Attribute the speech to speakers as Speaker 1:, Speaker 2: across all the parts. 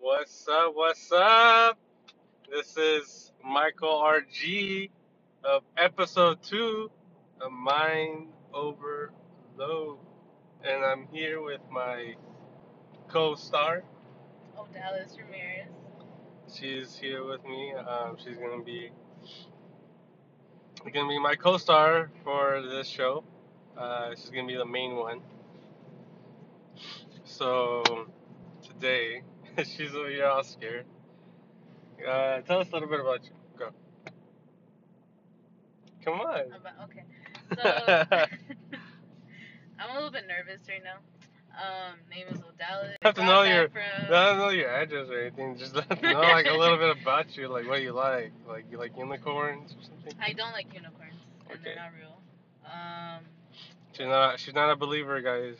Speaker 1: What's up? What's up? This is Michael RG of episode two of Mind Overload. And I'm here with my co star.
Speaker 2: Odalis Ramirez.
Speaker 1: She's here with me. Um, she's going to be gonna be my co star for this show. Uh, she's going to be the main one. So today, she's over here all scared. Uh, tell us a little bit about you. Go. Come on.
Speaker 2: About okay, so I'm a little bit nervous right now. Um, name is Odalis.
Speaker 1: have to
Speaker 2: Where I'm
Speaker 1: know your
Speaker 2: at from.
Speaker 1: not know your address or anything. Just have to know like a little bit about you, like what you like, like you like unicorns or something.
Speaker 2: I don't like unicorns, and they're
Speaker 1: Okay,
Speaker 2: not real. Um,
Speaker 1: she's not she's not a believer, guys.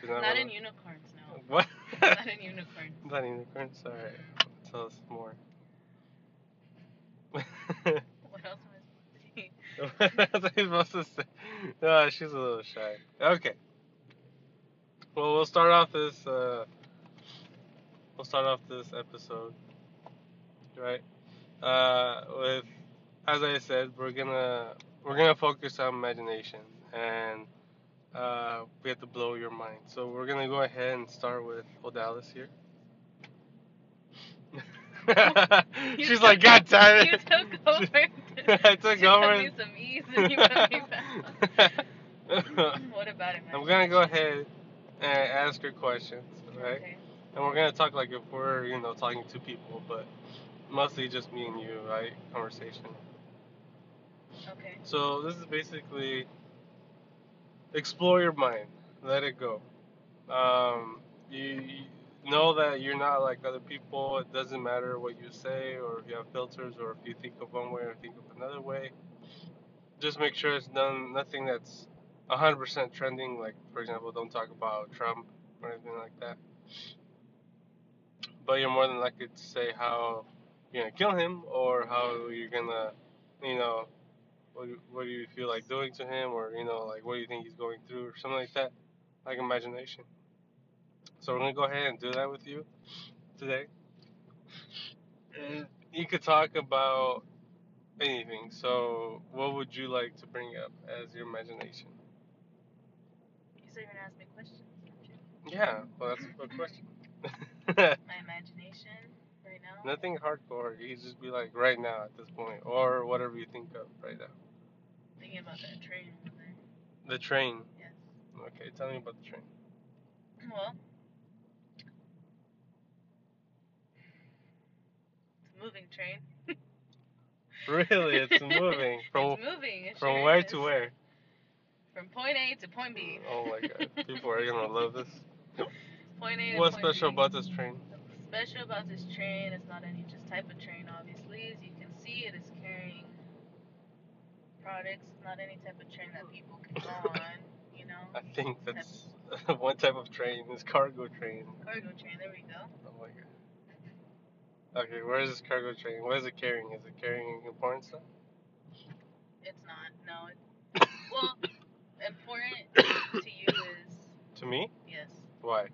Speaker 1: She's not
Speaker 2: not
Speaker 1: one of
Speaker 2: in unicorns, no.
Speaker 1: what?
Speaker 2: I'm not in unicorns.
Speaker 1: not unicorns. All right,
Speaker 2: Mm-mm.
Speaker 1: tell us more.
Speaker 2: What else am I supposed to
Speaker 1: That's what
Speaker 2: say?
Speaker 1: you're supposed to say. No, she's a little shy. Okay, well we'll start off this uh we'll start off this episode right uh with as I said, we're gonna we're gonna focus on imagination, and uh, we have to blow your mind. So we're gonna go ahead and start with Odalis here.
Speaker 2: You
Speaker 1: She's
Speaker 2: took
Speaker 1: like, God damn
Speaker 2: you
Speaker 1: it!
Speaker 2: took over.
Speaker 1: I took
Speaker 2: you put
Speaker 1: over.
Speaker 2: me some ease, and you put me back. what about
Speaker 1: I'm gonna go
Speaker 2: imagination?
Speaker 1: ahead and ask her questions, right?
Speaker 2: Okay.
Speaker 1: And we're gonna talk like if we're you know talking to people, but mostly just me and you, right? Conversation.
Speaker 2: Okay.
Speaker 1: So this is basically explore your mind, let it go. um, you, you know that you're not like other people. It doesn't matter what you say or if you have filters or if you think of one way or think of another way. Just make sure it's none, nothing that's 100% trending. Like, for example, don't talk about Trump or anything like that. But you're more than likely to say how you're going to kill him or how you're going to, you know, what, do- what do you feel like doing to him or, you know, like what do you think he's going through or something like that. Like imagination. So we're going to go ahead and do that with you today. And you could talk about anything. So, what would you like to bring up as your imagination?
Speaker 2: You said you're gonna ask me questions, aren't you?
Speaker 1: Yeah, well, that's a good question.
Speaker 2: My imagination right now.
Speaker 1: Nothing hardcore. You could just be like right now at this point, or whatever you think of right now.
Speaker 2: Thinking about that train over there.
Speaker 1: The train.
Speaker 2: Yes.
Speaker 1: Okay, tell me about the train.
Speaker 2: Well, it's a moving train.
Speaker 1: Really, it's moving
Speaker 2: it's
Speaker 1: from
Speaker 2: moving. It
Speaker 1: from
Speaker 2: sure
Speaker 1: where
Speaker 2: is.
Speaker 1: to where?
Speaker 2: From point A to point B.
Speaker 1: Oh my God, people are gonna love this.
Speaker 2: point A to
Speaker 1: What's
Speaker 2: point
Speaker 1: special
Speaker 2: B.
Speaker 1: about this train?
Speaker 2: Special about this train, it's not any just type of train, obviously. As you can see, it is carrying products, not any type of train that people can go on, you know.
Speaker 1: I think
Speaker 2: Type
Speaker 1: that's one type of train. This cargo train.
Speaker 2: cargo train, there we go.
Speaker 1: Oh my God. Okay, where is this cargo train? What is it carrying? Is it carrying important stuff?
Speaker 2: It's not, no. It, well, important to you is,
Speaker 1: to me?
Speaker 2: yes,
Speaker 1: Why?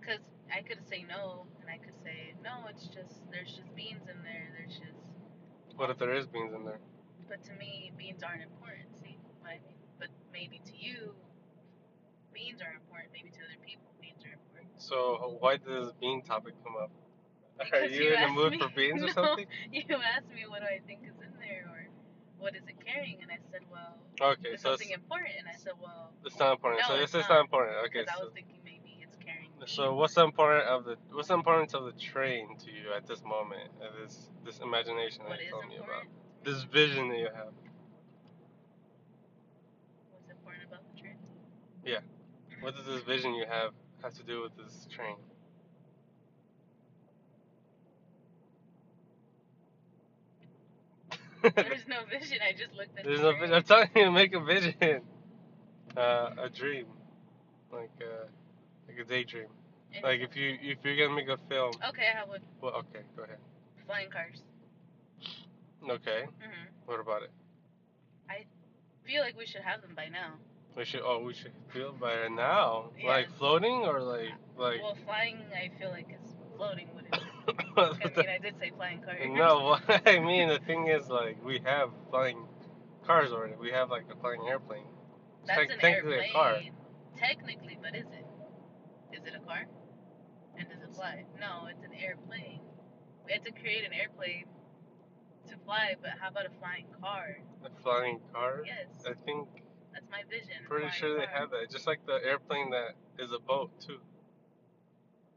Speaker 2: Because I could say no, and I could say, no, it's just, there's just beans in there, there's just,
Speaker 1: What if there is beans in there?
Speaker 2: but to me, beans aren't important, see what I mean? But maybe to you, beans are important, maybe to other people, beans are important.
Speaker 1: So why did this bean topic come up? Are
Speaker 2: Because
Speaker 1: you
Speaker 2: you
Speaker 1: in the
Speaker 2: asked
Speaker 1: mood
Speaker 2: me,
Speaker 1: for beans or
Speaker 2: no,
Speaker 1: something?
Speaker 2: you asked me what do I think is in there, or what is it carrying, and I said, well,
Speaker 1: Okay,
Speaker 2: it's
Speaker 1: so it's,
Speaker 2: something important, and I said, well,
Speaker 1: it's not important. So
Speaker 2: no,
Speaker 1: this
Speaker 2: it's
Speaker 1: is not
Speaker 2: not,
Speaker 1: important. Okay,
Speaker 2: because I was
Speaker 1: so
Speaker 2: thinking maybe it's carrying
Speaker 1: so
Speaker 2: beans.
Speaker 1: what's the important of the what's the importance of the train to you at this moment? At this this imagination that
Speaker 2: What
Speaker 1: you're
Speaker 2: is
Speaker 1: telling me about?
Speaker 2: important to me?
Speaker 1: This vision that you have.
Speaker 2: What's important about the trip?
Speaker 1: Yeah. What does this vision you have have to do with this train?
Speaker 2: There's no vision. I just looked at the
Speaker 1: There's no vision.
Speaker 2: train.
Speaker 1: I'm telling you, make a vision. Uh, a dream, like uh, like a daydream.
Speaker 2: And
Speaker 1: Like
Speaker 2: it's
Speaker 1: if you if you're gonna make a film,
Speaker 2: okay. I have one.
Speaker 1: well, okay, go ahead.
Speaker 2: Flying cars.
Speaker 1: Okay,
Speaker 2: hmm
Speaker 1: what about it?
Speaker 2: I feel like we should have them by now.
Speaker 1: We should oh we should feel by now,
Speaker 2: Yes.
Speaker 1: like floating or like like
Speaker 2: Well, flying, I feel like is floating wouldn't. I
Speaker 1: But
Speaker 2: mean, I did say flying car.
Speaker 1: No, what I mean, the thing is, like, we have flying cars already. We have, like, a flying airplane. It's
Speaker 2: That's
Speaker 1: tec-
Speaker 2: an
Speaker 1: technically
Speaker 2: airplane.
Speaker 1: a car.
Speaker 2: Technically, but is it? Is it a car? And does it fly? No, it's an airplane. We had to create an airplane to fly, but how about a flying car?
Speaker 1: A flying car?
Speaker 2: Yes,
Speaker 1: I think,
Speaker 2: that's my vision. a
Speaker 1: pretty
Speaker 2: flying
Speaker 1: sure they
Speaker 2: car.
Speaker 1: have that. Just like the airplane that is a boat, too.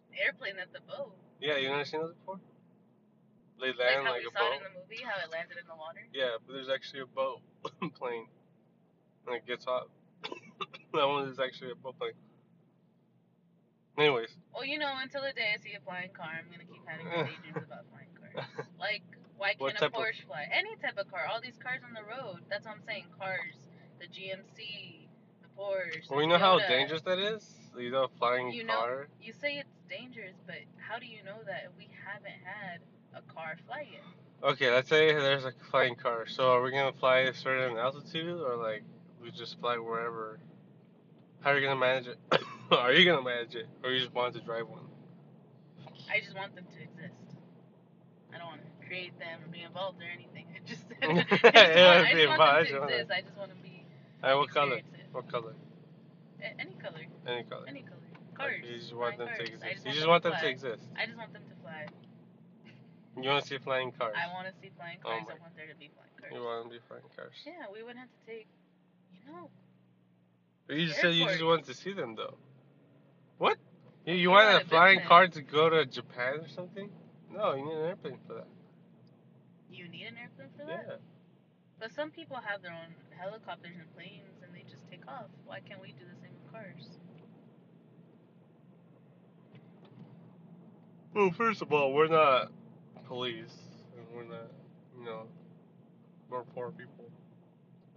Speaker 2: An airplane that's a boat.
Speaker 1: Yeah, you never seen those before? They
Speaker 2: Like
Speaker 1: land
Speaker 2: how
Speaker 1: like,
Speaker 2: we
Speaker 1: a
Speaker 2: saw
Speaker 1: boat.
Speaker 2: it in the movie, how it landed in the water.
Speaker 1: Yeah, but there's actually a boat plane. And it gets off. that one is actually a boat plane. Anyways.
Speaker 2: Well, you know, until the day I see a flying car, I'm gonna keep having these daydreams about flying cars. Like, why
Speaker 1: What
Speaker 2: can't a
Speaker 1: type of-
Speaker 2: Porsche fly? Any type of car. All these cars on the road. That's what I'm saying. Cars, the GMC, the Porsche. the
Speaker 1: Well, you know how
Speaker 2: Toyota.
Speaker 1: dangerous that is? You know, flying
Speaker 2: You know-
Speaker 1: car?
Speaker 2: You say it's dangerous, but how do you know that we haven't had a car fly yet?
Speaker 1: Okay, let's say there's a flying car. So are we gonna fly a certain altitude, or like we just fly wherever? How are you gonna manage it? are you gonna manage it, or you just want to drive one?
Speaker 2: I just want them to exist. I don't want to create them or be involved or anything. I just, I
Speaker 1: Yeah,
Speaker 2: just want, I
Speaker 1: be
Speaker 2: just want
Speaker 1: involved, I
Speaker 2: them
Speaker 1: just
Speaker 2: to
Speaker 1: wanna-
Speaker 2: exist. I just want to be
Speaker 1: Hey, Uh, what color?
Speaker 2: experience it.
Speaker 1: What color?
Speaker 2: uh, A- Any color,
Speaker 1: Any color.
Speaker 2: any color. Cars.
Speaker 1: Like, you just want them
Speaker 2: flying
Speaker 1: to
Speaker 2: cars. I
Speaker 1: exist. You just want them to exist.
Speaker 2: fly. I just want them to fly.
Speaker 1: You want to see flying cars.
Speaker 2: I want to see flying
Speaker 1: Oh
Speaker 2: cars.
Speaker 1: my-
Speaker 2: I want there to be flying
Speaker 1: You
Speaker 2: cars.
Speaker 1: want to be flying cars.
Speaker 2: Yeah, we would have to take, you know,
Speaker 1: But You just said you just
Speaker 2: Airport.
Speaker 1: wanted to see them though. What? You, you
Speaker 2: You
Speaker 1: want
Speaker 2: want
Speaker 1: a
Speaker 2: a
Speaker 1: flying
Speaker 2: business.
Speaker 1: car to go to Japan or something? No, you need an airplane for that.
Speaker 2: you need an airplane for that.
Speaker 1: Yeah.
Speaker 2: But some people have their own helicopters and planes, and they just take off. Why can't we do the same with cars?
Speaker 1: Well, first of all, we're not police, and we're not, you know, we're poor people.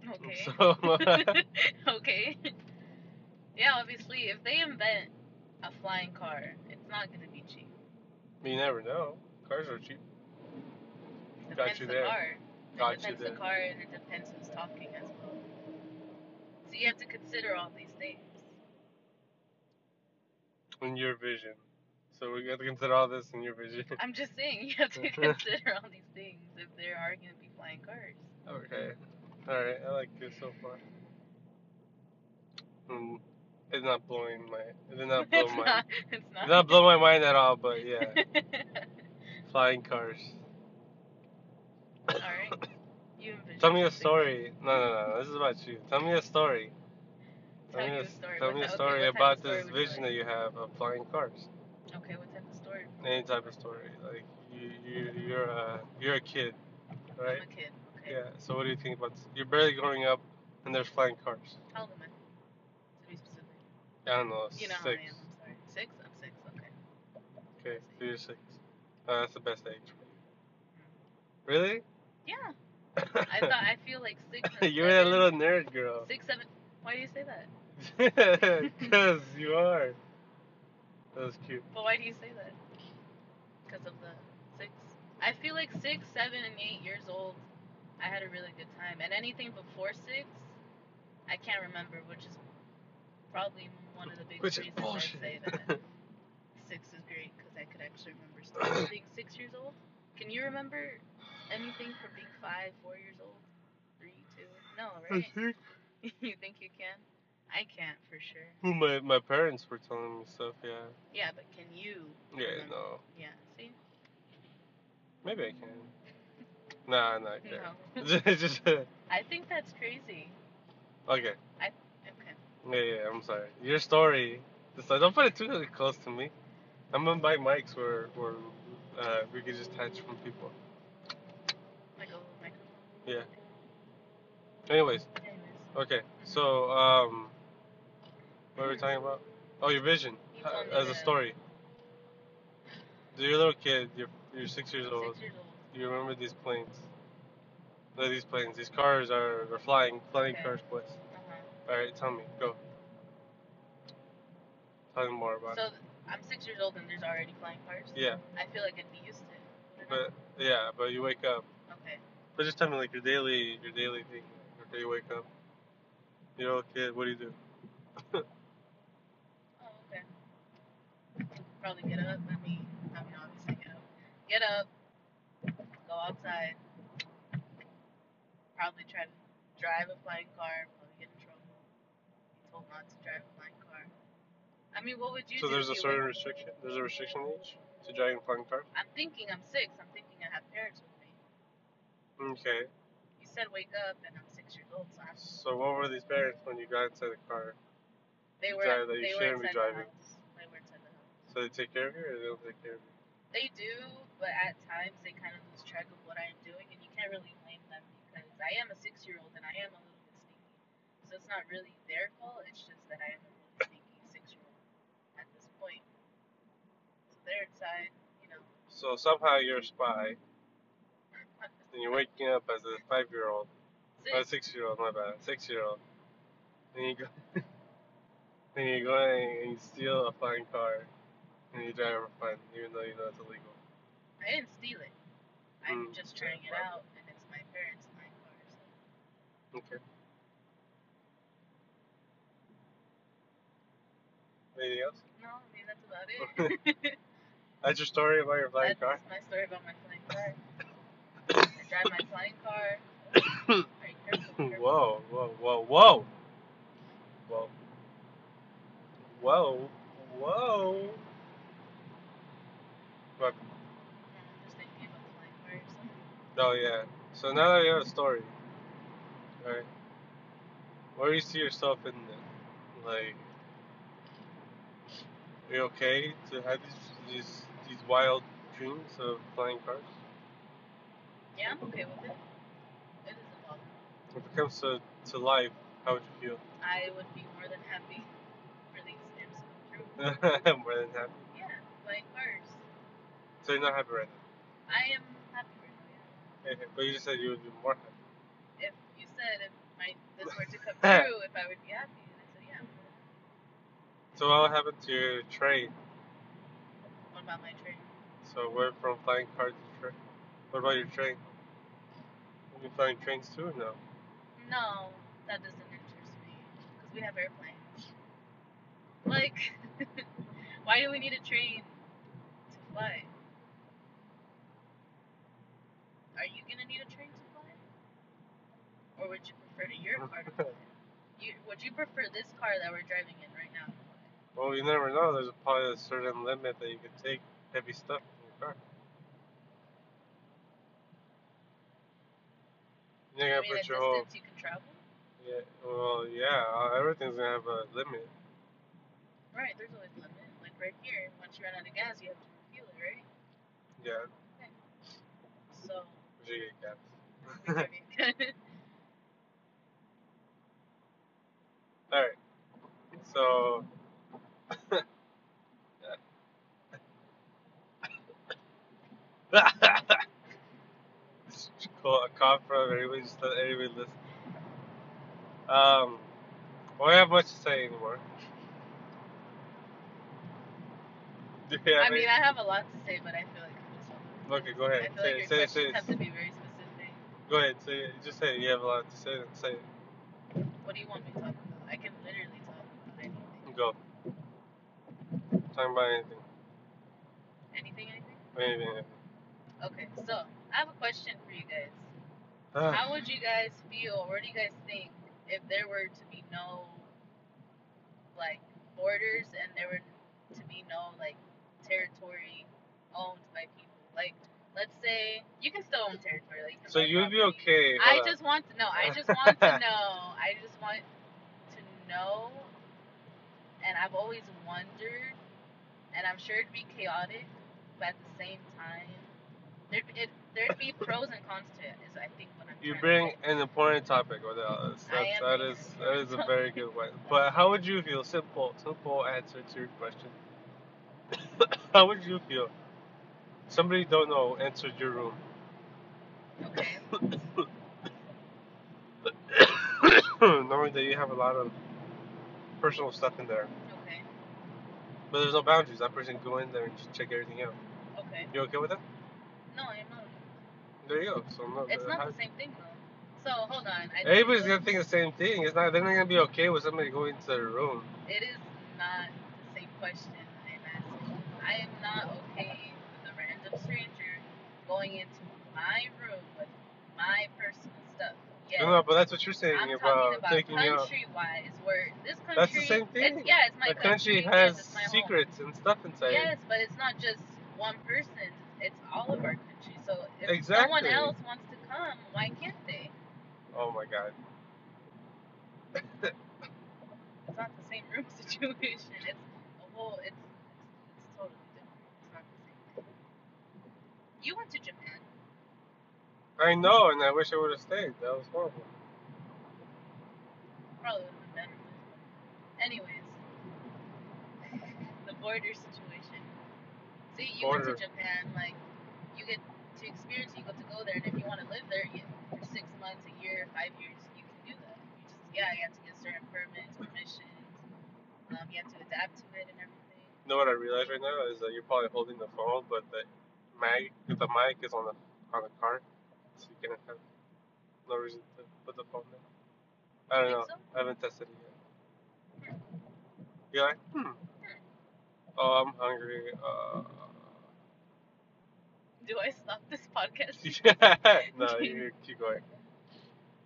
Speaker 2: Okay.
Speaker 1: So,
Speaker 2: okay. Yeah, obviously, if they invent a flying car, it's not going to be cheap.
Speaker 1: you never know. Cars are cheap. Got
Speaker 2: It depends
Speaker 1: you
Speaker 2: the
Speaker 1: there.
Speaker 2: car.
Speaker 1: Got you
Speaker 2: it depends
Speaker 1: there.
Speaker 2: the car, and it depends who's talking as well. So you have to consider all these things.
Speaker 1: In your vision. So we got to consider all this in your vision.
Speaker 2: I'm just saying you have to consider all these things if there are going to be flying cars.
Speaker 1: okay. All right. I like this so far. Mm, it's not blowing my. It did not blow
Speaker 2: it's
Speaker 1: my.
Speaker 2: not. It's
Speaker 1: It
Speaker 2: not.
Speaker 1: did not blow my mind at all. But yeah, flying cars.
Speaker 2: all right. You envision
Speaker 1: Tell me a
Speaker 2: something.
Speaker 1: story. No, no, no. This is about you. Tell me a story.
Speaker 2: Tell you
Speaker 1: a
Speaker 2: a
Speaker 1: s-
Speaker 2: story.
Speaker 1: Tell
Speaker 2: What
Speaker 1: me a
Speaker 2: ti- okay,
Speaker 1: story
Speaker 2: what type of
Speaker 1: about
Speaker 2: story
Speaker 1: this
Speaker 2: would you
Speaker 1: vision
Speaker 2: like?
Speaker 1: that you have of flying cars.
Speaker 2: Okay, what type of story?
Speaker 1: Any type of story. Like you, you you're a you're a kid, right?
Speaker 2: I'm a kid. Okay.
Speaker 1: Yeah. So what do you think about? This? You're barely growing up, and there's flying cars.
Speaker 2: How old am I? To be specific.
Speaker 1: I don't know.
Speaker 2: You know how I
Speaker 1: six.
Speaker 2: am. I'm sorry. Six? I'm six. Okay.
Speaker 1: Okay, so you're six. Uh, that's the best age. Really?
Speaker 2: Yeah. Mm-hmm. I thought I feel like six. And
Speaker 1: you're that
Speaker 2: seven,
Speaker 1: little nerd girl.
Speaker 2: Six, seven. Why do you say that?
Speaker 1: Cause you are. That was cute.
Speaker 2: But why do you say that? Because of the six. I feel like six, seven, and eight years old, I had a really good time. And anything before six, I can't remember, which is probably one of the big
Speaker 1: Which is
Speaker 2: reasons
Speaker 1: bullshit.
Speaker 2: I say that six is great because I could actually remember stuff. being six years old, can you remember anything from being five, four years old, three, two? No, right? you think you can? I can't for sure.
Speaker 1: Who my my parents were telling me stuff. Yeah.
Speaker 2: Yeah, but can you?
Speaker 1: Yeah.
Speaker 2: remember?
Speaker 1: No.
Speaker 2: Yeah. See?
Speaker 1: Maybe I can. Nah, nah, I can't.
Speaker 2: No.
Speaker 1: It's just okay.
Speaker 2: I think that's crazy.
Speaker 1: Yeah,
Speaker 2: Okay.
Speaker 1: yeah. I'm sorry. Your story. Just, like, don't put it too close to me. I'm gonna buy mics where where uh, we could just touch from people.
Speaker 2: Like a little microphone.
Speaker 1: Anyways,
Speaker 2: Anyways,
Speaker 1: okay. So um, what were we talking about? Oh, your vision
Speaker 2: You
Speaker 1: uh,
Speaker 2: told me
Speaker 1: as a
Speaker 2: that-
Speaker 1: story. So you're a little kid. You're you're six years old.
Speaker 2: Six years old.
Speaker 1: You remember these planes. No, these planes. These cars are, are flying. Flying
Speaker 2: Okay.
Speaker 1: cars, boys.
Speaker 2: Uh-huh.
Speaker 1: All right, tell me. Go. Tell me more about
Speaker 2: So th- I'm six years old and there's already flying cars.
Speaker 1: it. Yeah.
Speaker 2: I feel like I'd be used to it.
Speaker 1: But yeah, but you wake up.
Speaker 2: okay.
Speaker 1: But just tell me like your daily your daily thing. Okay, you wake up. You're a little kid. What do you do?
Speaker 2: Oh, okay. probably get up. I mean, I mean, obviously get up. Get up. Go outside. Probably try to drive a flying car. Probably get in trouble. Be told not to drive a flying car. I mean, what would you
Speaker 1: So
Speaker 2: do?
Speaker 1: there's a
Speaker 2: if you
Speaker 1: certain
Speaker 2: were-
Speaker 1: restriction. There's a restriction age to driving a flying car.
Speaker 2: I'm thinking I'm six. I'm thinking I have parents with me.
Speaker 1: Okay.
Speaker 2: You said wake up, and I'm six years old, so I'm,
Speaker 1: So what were these parents when you got inside the car?
Speaker 2: they
Speaker 1: You
Speaker 2: were
Speaker 1: drive that you
Speaker 2: they were
Speaker 1: shouldn't be
Speaker 2: inside
Speaker 1: driving.
Speaker 2: the house. They were inside the house.
Speaker 1: So they take care of you, or they don't take care of you?
Speaker 2: They do, but at times they kind of lose track of what I'm doing, and you can't really blame them because I am a six year old and I am a little bit sneaky. So it's not really their fault, it's just that I am a little sneaky six year old at this point. So they're inside, you know.
Speaker 1: So somehow you're a spy, and you're waking up as a five-year-old, or a
Speaker 2: six.
Speaker 1: six-year-old, my bad, six-year-old. And you go, and you go and you steal a flying car, and you drive a fine, even though you know it's illegal.
Speaker 2: I didn't steal it. I'm
Speaker 1: Mm,
Speaker 2: just
Speaker 1: yeah,
Speaker 2: trying it
Speaker 1: right.
Speaker 2: out, and it's my parents' my car. So.
Speaker 1: Okay. Anything else?
Speaker 2: No, I mean, that's about it.
Speaker 1: That's your story about your flying
Speaker 2: That's
Speaker 1: car.
Speaker 2: my story about my flying car. I drive my flying car. All right, careful, careful.
Speaker 1: whoa, whoa, whoa, whoa, whoa, whoa, whoa. But
Speaker 2: Yeah, I'm just thinking about the flying car or something.
Speaker 1: oh yeah. So now that you have a story, right? Where do you see yourself in it? Like, are you okay to have these these these wild dreams of flying cars?
Speaker 2: Yeah, I'm okay with it. It is a problem.
Speaker 1: If it comes to to life, how would you feel?
Speaker 2: I would be more than happy for these dreams to come true.
Speaker 1: More than happy.
Speaker 2: Yeah, flying cars.
Speaker 1: So you're not happy right
Speaker 2: I am happy right
Speaker 1: now.
Speaker 2: now. Yeah.
Speaker 1: Okay, But you just said you would be more happy.
Speaker 2: If you said if my this were to come true, if I would be happy, and I said yeah.
Speaker 1: So what happened to your train?
Speaker 2: What about my train?
Speaker 1: So we're from flying car to train. What about your train? Are you flying trains too or no?
Speaker 2: No, that doesn't interest me because we have airplanes. Like, why do we need a train to fly? Are you gonna need a train to fly, or would you prefer to your car to fly? You, would you prefer this car that we're driving in right now to fly?
Speaker 1: Well, you never know. There's probably a certain limit that you can take heavy stuff in your car. You're
Speaker 2: I
Speaker 1: gonna
Speaker 2: mean, the
Speaker 1: put your whole.
Speaker 2: distance you can travel.
Speaker 1: Yeah, well, yeah, uh, everything's gonna have a limit.
Speaker 2: Right, there's always a limit. Like right here, once you run out of gas, you have to refuel it, right?
Speaker 1: Yeah,
Speaker 2: So.
Speaker 1: but you get gas.
Speaker 2: I
Speaker 1: Alright, so. Just call a cough from everybody, just let everybody listen. Um, we don't have much to say anymore. Do you have
Speaker 2: mean,
Speaker 1: any-
Speaker 2: I have a lot to say, but I feel like I'm just. all over
Speaker 1: Okay,
Speaker 2: the
Speaker 1: go
Speaker 2: place.
Speaker 1: ahead.
Speaker 2: I feel
Speaker 1: Say
Speaker 2: like
Speaker 1: it,
Speaker 2: your
Speaker 1: say it, say
Speaker 2: questions
Speaker 1: it.
Speaker 2: have to be very specific.
Speaker 1: Go ahead, say it. Just say it. You have a lot to say, then say it.
Speaker 2: What do you want me to talk about? I can literally talk about anything.
Speaker 1: Go. Talking about anything.
Speaker 2: Anything, anything?
Speaker 1: Anything. anything.
Speaker 2: Okay, so I have a question for you guys.
Speaker 1: Ah,
Speaker 2: How would you guys feel, or what do you guys think, if there were to be no, like, borders and there were to be no, like, territory owned by people? Like, let's say, you can still own territory. Like, you can
Speaker 1: so
Speaker 2: buy
Speaker 1: you'd be
Speaker 2: property.
Speaker 1: okay.
Speaker 2: I
Speaker 1: hold on.
Speaker 2: just want to know. I just want to know. I just want to know. And I've always wondered, and I'm sure it'd be chaotic, but at the same time, there'd, it, there'd be pros and cons to it, is I think what I'm
Speaker 1: You
Speaker 2: trying
Speaker 1: bring
Speaker 2: to
Speaker 1: an important topic with us. That's,
Speaker 2: I
Speaker 1: that
Speaker 2: am bringing
Speaker 1: is
Speaker 2: an
Speaker 1: that is a
Speaker 2: important
Speaker 1: very good one. But how would you feel? Simple, simple answer to your question. how would you feel? Somebody you don't know entered your room.
Speaker 2: say. Okay.
Speaker 1: Knowing that you have a lot of personal stuff in there.
Speaker 2: Okay.
Speaker 1: But there's no boundaries. That person can go in there and just check everything out.
Speaker 2: Okay.
Speaker 1: You okay with that?
Speaker 2: No, I'm not.
Speaker 1: There you go. So I'm not,
Speaker 2: It's
Speaker 1: how-
Speaker 2: not the same thing, though. So, hold on. I
Speaker 1: Everybody's
Speaker 2: think
Speaker 1: gonna think the same thing. It's not. They're not gonna be okay with somebody going into their room.
Speaker 2: It is not the same question I'm asking. I going into my room with my personal stuff. Yes.
Speaker 1: No, but that's what you're saying
Speaker 2: I'm
Speaker 1: about,
Speaker 2: talking about
Speaker 1: taking you out.
Speaker 2: country-wise, where this country.
Speaker 1: That's the same
Speaker 2: it's-
Speaker 1: thing.
Speaker 2: yeah, it's my
Speaker 1: the country
Speaker 2: yes,
Speaker 1: has
Speaker 2: it's my home.
Speaker 1: secrets and stuff inside. it.
Speaker 2: Yes, but it's not just one person. It's all of our country. So if someone
Speaker 1: Exactly.
Speaker 2: else wants to come, why can't they?
Speaker 1: Oh my god.
Speaker 2: It's not the same room situation. It's a whole. It's it's totally different. It's not the same. thing. You went to Japan.
Speaker 1: I know, and I wish I would have stayed. That was horrible.
Speaker 2: Probably would have been better. Anyways, the border situation. See, you
Speaker 1: Border.
Speaker 2: went to Japan, like, you get to experience, you get to go there, and if you want to live there you, for six months, a year, five years, you can do that. You just, yeah, you have to get certain permits, permissions, um, you have to adapt to it and everything.
Speaker 1: You know what I realize right now is that you're probably holding the phone, but the mic, the mic is on the on the car, so you can have no reason to put the phone there. I don't
Speaker 2: You
Speaker 1: know.
Speaker 2: think
Speaker 1: I haven't tested it yet. You're like, hmm. Oh, I'm hungry. Uh,
Speaker 2: so? Do I stop this podcast?
Speaker 1: no, you keep going.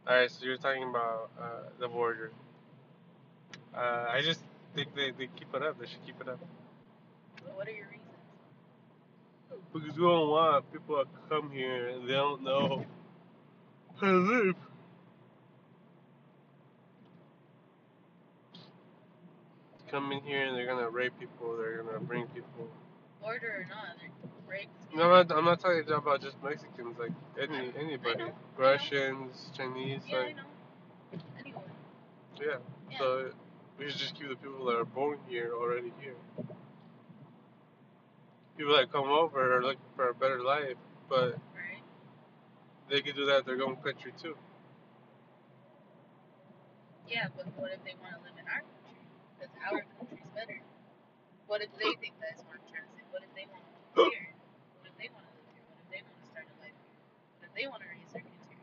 Speaker 1: All right, so you're talking about uh, the border. Uh, I just think they, they keep it up. They should keep it up.
Speaker 2: What are your reasons?
Speaker 1: Because we don't want people to come here and they don't know how to live. Come in here and they're gonna rape people, they're gonna bring people.
Speaker 2: Border or not, they're raped.
Speaker 1: No, I'm not, I'm not talking about just Mexicans, like
Speaker 2: I
Speaker 1: any
Speaker 2: know,
Speaker 1: anybody.
Speaker 2: I know.
Speaker 1: Russians, Chinese,
Speaker 2: Yeah, I
Speaker 1: like,
Speaker 2: know. Anyone.
Speaker 1: yeah.
Speaker 2: Yeah.
Speaker 1: So we should just keep the people that are born here already here. People that come over are looking for a better life, but
Speaker 2: Right.
Speaker 1: they can do that in their own country too.
Speaker 2: Yeah, but what if they want to live in our country? Because our country's better. What if they think that's what I'm trying to say? What if they want to live here? What if they want to live here? What if they want to start a life here? What if they want to raise their kids here?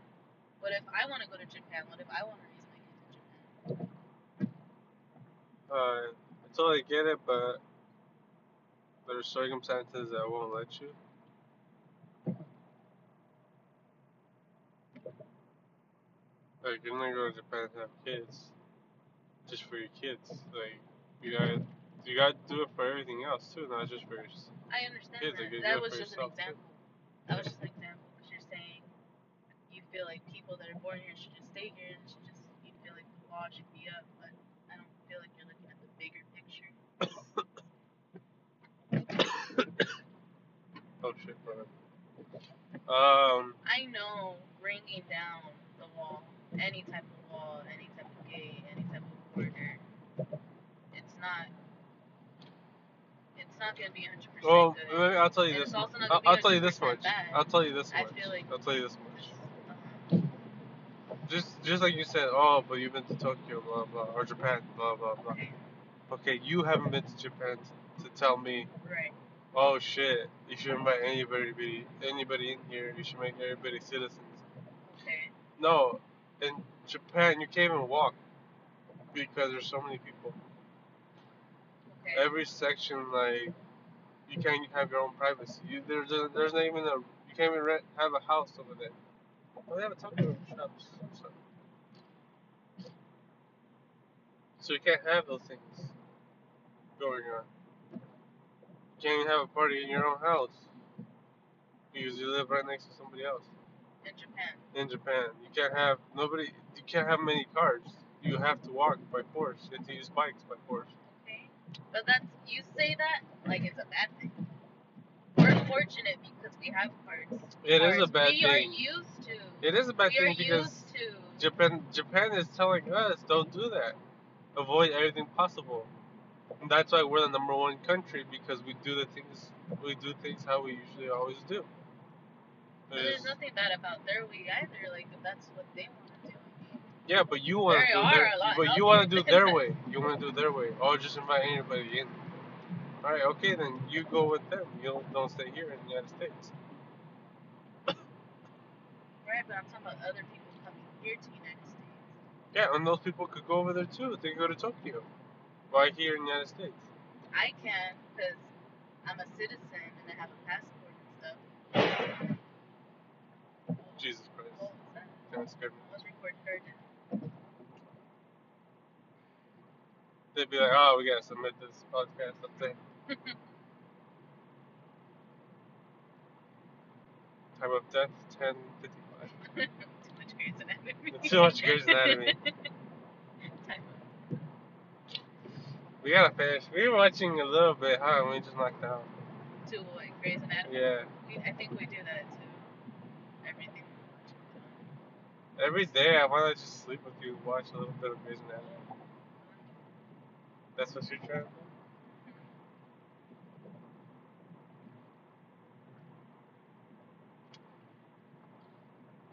Speaker 2: What if I want to go to Japan? What if I want to raise my kids in Japan?
Speaker 1: Uh, I totally get it, but there's circumstances that won't let you. Like you're not going to Japan and have kids just for your kids. Like you gotta you gotta do it for everything else too, not just for your s-
Speaker 2: I understand
Speaker 1: Kids, they
Speaker 2: that.
Speaker 1: can do
Speaker 2: That
Speaker 1: it
Speaker 2: was
Speaker 1: for
Speaker 2: just an
Speaker 1: yourself, too.
Speaker 2: example. That was just an example because you're saying you feel like people that are born here should just stay here and should just you feel like the law should be up, but I don't feel like you're looking at the bigger picture.
Speaker 1: Oh shit, whatever. Um,
Speaker 2: I know bringing down the wall, any type of wall, any type of gate, any type of border, it's not, it's not gonna be 100 percent
Speaker 1: well,
Speaker 2: good.
Speaker 1: let me- I'll tell you
Speaker 2: And
Speaker 1: this.
Speaker 2: it's also not
Speaker 1: I'll,
Speaker 2: gonna
Speaker 1: I'll
Speaker 2: be
Speaker 1: tell you this
Speaker 2: 100%
Speaker 1: much.
Speaker 2: bad.
Speaker 1: I'll tell you this
Speaker 2: I
Speaker 1: much.
Speaker 2: feel like-
Speaker 1: I'll tell you this much.
Speaker 2: It's- uh-huh.
Speaker 1: Just, just like you said. Oh, but you've been to Tokyo, blah blah, or Japan, blah blah blah.
Speaker 2: Okay,
Speaker 1: Okay, you haven't been to Japan t- to tell me
Speaker 2: right.
Speaker 1: Oh shit! You should invite anybody, to be- anybody in here. You should make everybody citizens.
Speaker 2: Okay.
Speaker 1: No, in Japan you can't even walk because there's so many people.
Speaker 2: Okay.
Speaker 1: Every section, like, you can't have your own privacy. You, there's a, there's not even a you can't even rent, have a house over there. Well, they have a taco shops. So. so you can't have those things going on. You can't even have a party in your own house because you live right next to somebody else.
Speaker 2: In Japan.
Speaker 1: in Japan. You can't have nobody. You can't have many cars. You have to walk by force. You have to use bikes by force.
Speaker 2: Okay. But that's you say that like it's a bad thing. We're fortunate because we have cards.
Speaker 1: It is a
Speaker 2: Whereas
Speaker 1: bad
Speaker 2: we are
Speaker 1: thing.
Speaker 2: used to.
Speaker 1: It is a bad
Speaker 2: we are
Speaker 1: thing because
Speaker 2: used to.
Speaker 1: Japan Japan is telling us don't do that. Avoid everything possible. And that's why we're the number one country because we do the things we do things how we usually always do.
Speaker 2: But there's
Speaker 1: There's-
Speaker 2: nothing bad about their way either. Like if that's what they want to do. I mean,
Speaker 1: yeah, but you want
Speaker 2: They
Speaker 1: to do
Speaker 2: are
Speaker 1: their,
Speaker 2: a lot
Speaker 1: but you
Speaker 2: healthier
Speaker 1: want to do
Speaker 2: than
Speaker 1: their
Speaker 2: us.
Speaker 1: way. You want to do their way. Oh, just invite anybody in. All right, okay, then you go with them. You don't, don't stay here in the United States.
Speaker 2: Right, but I'm talking about other people coming here to the United States.
Speaker 1: Yeah, and those people could go over there too. They could go to Tokyo. Right here in the United States.
Speaker 2: I can because I'm a citizen and I have a passport and stuff.
Speaker 1: That's a good one.
Speaker 2: I was recording her.
Speaker 1: They'd be like, oh, we gotta submit this podcast up there. Time of death, 10:55.
Speaker 2: Too much Grey's Anatomy.
Speaker 1: Too much Grey's Anatomy.
Speaker 2: Time
Speaker 1: We gotta finish. We were watching a little bit, huh? We just knocked out.
Speaker 2: up to like Grey's Anatomy.
Speaker 1: Yeah.
Speaker 2: We, I think we do that to everything.
Speaker 1: Every day I wanna just sleep with you, watch a little bit of Grey's Anatomy. That's what you're trying to do?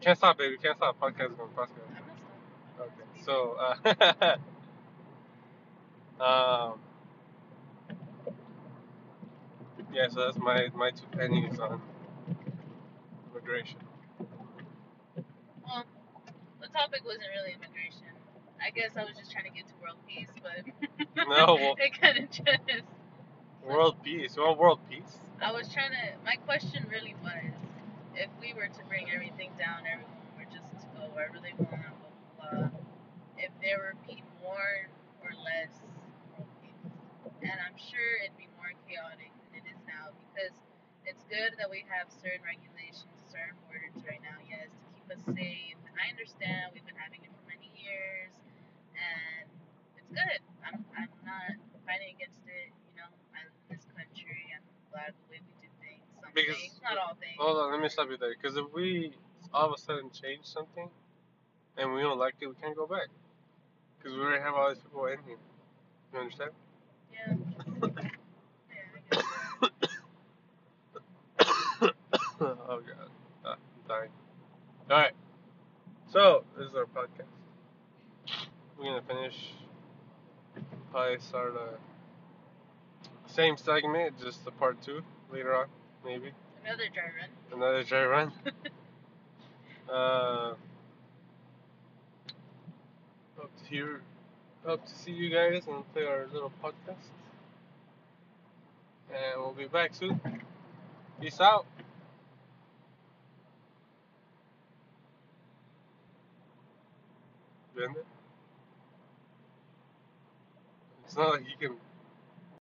Speaker 1: Can't stop, baby. Can't stop. Podcast going podcast.
Speaker 2: I'm not
Speaker 1: Okay. So, uh, um, yeah. So that's my my two pennies on immigration.
Speaker 2: Well, the topic wasn't really immigration. I guess I was just trying to get to world peace, but
Speaker 1: No, well-
Speaker 2: it kind of just.
Speaker 1: World peace. You want world peace?
Speaker 2: I was trying to. My question really was, if we were to bring everything down, everyone were just to go wherever they want, blah blah. blah Um, if there would be more or less world peace, and I'm sure it'd be more chaotic than it is now because it's good that we have certain regulations, certain orders right now, yes, to keep us safe. And I understand we've been having it for many years, and it's good. I'm I'm not fighting against it. You know, I live in this country. I'm glad the way we do things. Some
Speaker 1: Because-
Speaker 2: things, not all things.
Speaker 1: Hold on. Let me stop you there. Because if we all of a sudden change something and we don't like it, we can't go back. Because we already have all these people in here. You understand?
Speaker 2: Yeah. yeah, I guess.
Speaker 1: oh god, Ah, I'm dying. All right, so this is our podcast. We're gonna finish. Probably start a same segment, just the part two later on, maybe
Speaker 2: Another dry run.
Speaker 1: another dry run. uh, hope to hear, hope to see you guys and play our little podcast. And we'll be back soon. Peace out. Bend it. It's not like you can